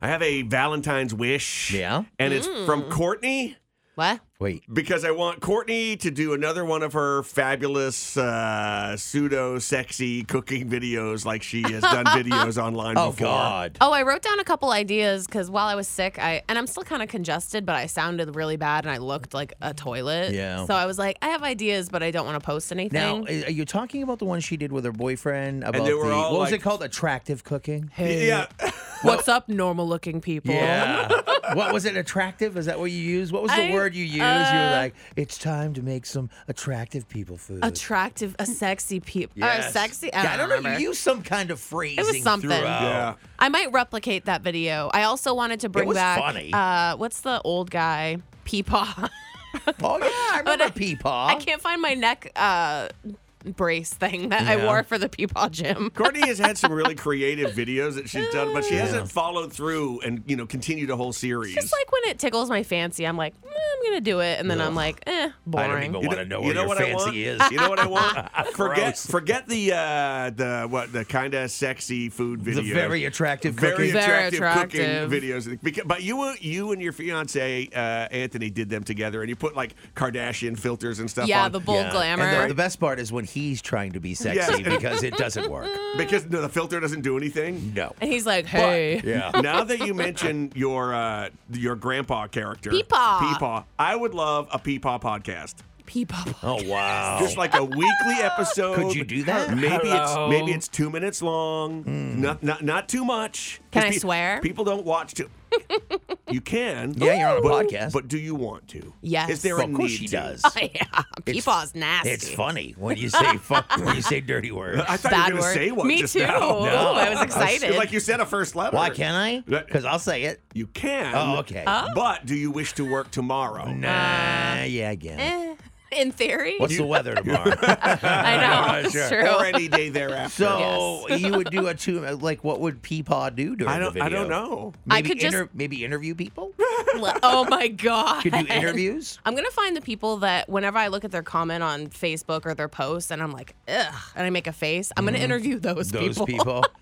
I have a Valentine's wish. Yeah? And it's Mm. from Courtney What? Wait. because I want Courtney to do another one of her fabulous uh, pseudo sexy cooking videos like she has done videos online Oh before. God. Oh, I wrote down a couple ideas because while I was sick, I and I'm still kind of congested, but I sounded really bad and I looked like a toilet. Yeah. So I was like, I have ideas, but I don't want to post anything. Now, i- are you talking about the one she did with her boyfriend about they were the all what was like- it called? Attractive cooking. Hey, Yeah. What's up, normal-looking people? Yeah. what was it? Attractive? Is that what you used? What was the I- uh, word you used? you were like, it's time to make some attractive people food. Attractive, a sexy people. Or Yes. sexy. Yeah, I don't, I don't know. remember. You used some kind of phrasing. something. Throughout. Yeah. I might replicate that video. I also wanted to bring was back. funny. Uh, what's the old guy? Peepaw. Oh yeah, I remember I- Peepaw. I can't find my neck uh, brace thing that I Yeah. wore for the Peepaw gym. Courtney has had some really creative videos that she's done, but she hasn't followed through and you know continued a whole series. Just like when it tickles my fancy, I'm like, "Eh, I'm gonna do it, and then I'm like, eh, boring. You wanna you I want? You know what I want? forget Gross. forget the uh, the what the kind of sexy food videos. The very attractive very cooking. Very attractive, attractive. cooking videos. Because, but you were- you and your fiance uh, Anthony did them together, and you put like Kardashian filters and stuff. yeah, on, the bold Yeah. glamour. And the, the best part is when he's trying to be sexy Yes. because it doesn't work. because no, the filter doesn't do anything. No. And he's like, hey, Yeah. now that you mention your uh, your grandpa character, Peepaw. Peepaw, I would love a Peepaw podcast. Peepaw. Oh wow. Just like a weekly episode. Could you do that? Maybe Hello. it's maybe it's two minutes long. Hmm. Not, not not too much. 'Cause Can I swear? People don't watch too. you can. Yeah, you're on a but- podcast. But do you want to? Yes. Is there Well, a of course need she to? does. Oh, yeah, Peepaw's nasty. It's funny when you say fu- when you say dirty words. I thought Bad you were going word. to say one Me just too. now. Ooh, I was It's excited. like you said a first letter. Why can't I? Because I'll say it. You can. Oh, okay. But do you wish to work tomorrow? Nah, yeah, again. Eh, in theory, What's the weather tomorrow? I know. It's Sure. true. Or any day thereafter. so you would do a two like what would Peepaw do during I the don't. video? I don't know. I Maybe could just- maybe interview people. oh my god. Could e- do interviews. I'm gonna find the people that whenever I look at their comment on Facebook or their post, and I'm like, ugh, and I make a face. I'm gonna interview those, Mm-hmm. Those people. people.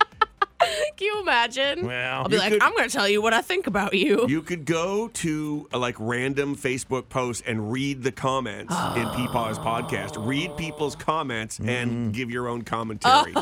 Can you imagine? Well, I'll be you like, could- I'm gonna tell you what I think about you. You could go to uh, like random Facebook posts and read the comments in Peepaw's podcast. Read people's comments Mm. and give your own commentary.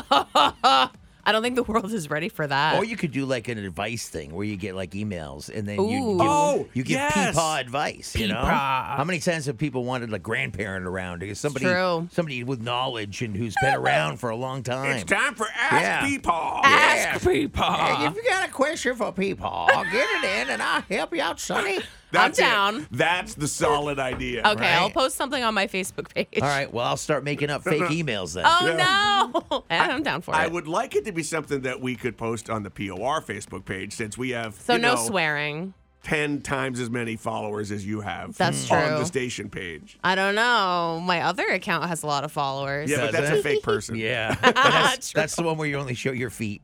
I don't think the world is ready for that. Or you could do like an advice thing where you get like emails and then you Ooh. give, Oh, you give yes. Peepaw advice. You know Peepaw. how many times have people wanted a grandparent around? Somebody, True. somebody with knowledge and who's been around for a long time. it's time for Ask Yeah. Peepaw. Ask Hey, Peepaw. if you got a question for Peepaw, get it in and I'll help you out, Sonny. That's I'm it. down. That's the solid idea. Okay, I'll Right. post something on my Facebook page. All right, well, I'll start making up fake emails then. Oh Yeah. no, I'm down for I it. would like it to be something that we could post on the POR Facebook page since we have so you no know, swearing. 10 times as many followers as you have That's on true. the station page. I don't know. My other account has a lot of followers. Yeah, but Does that's it? a fake person. Yeah. that's, that's the one where you only show your feet.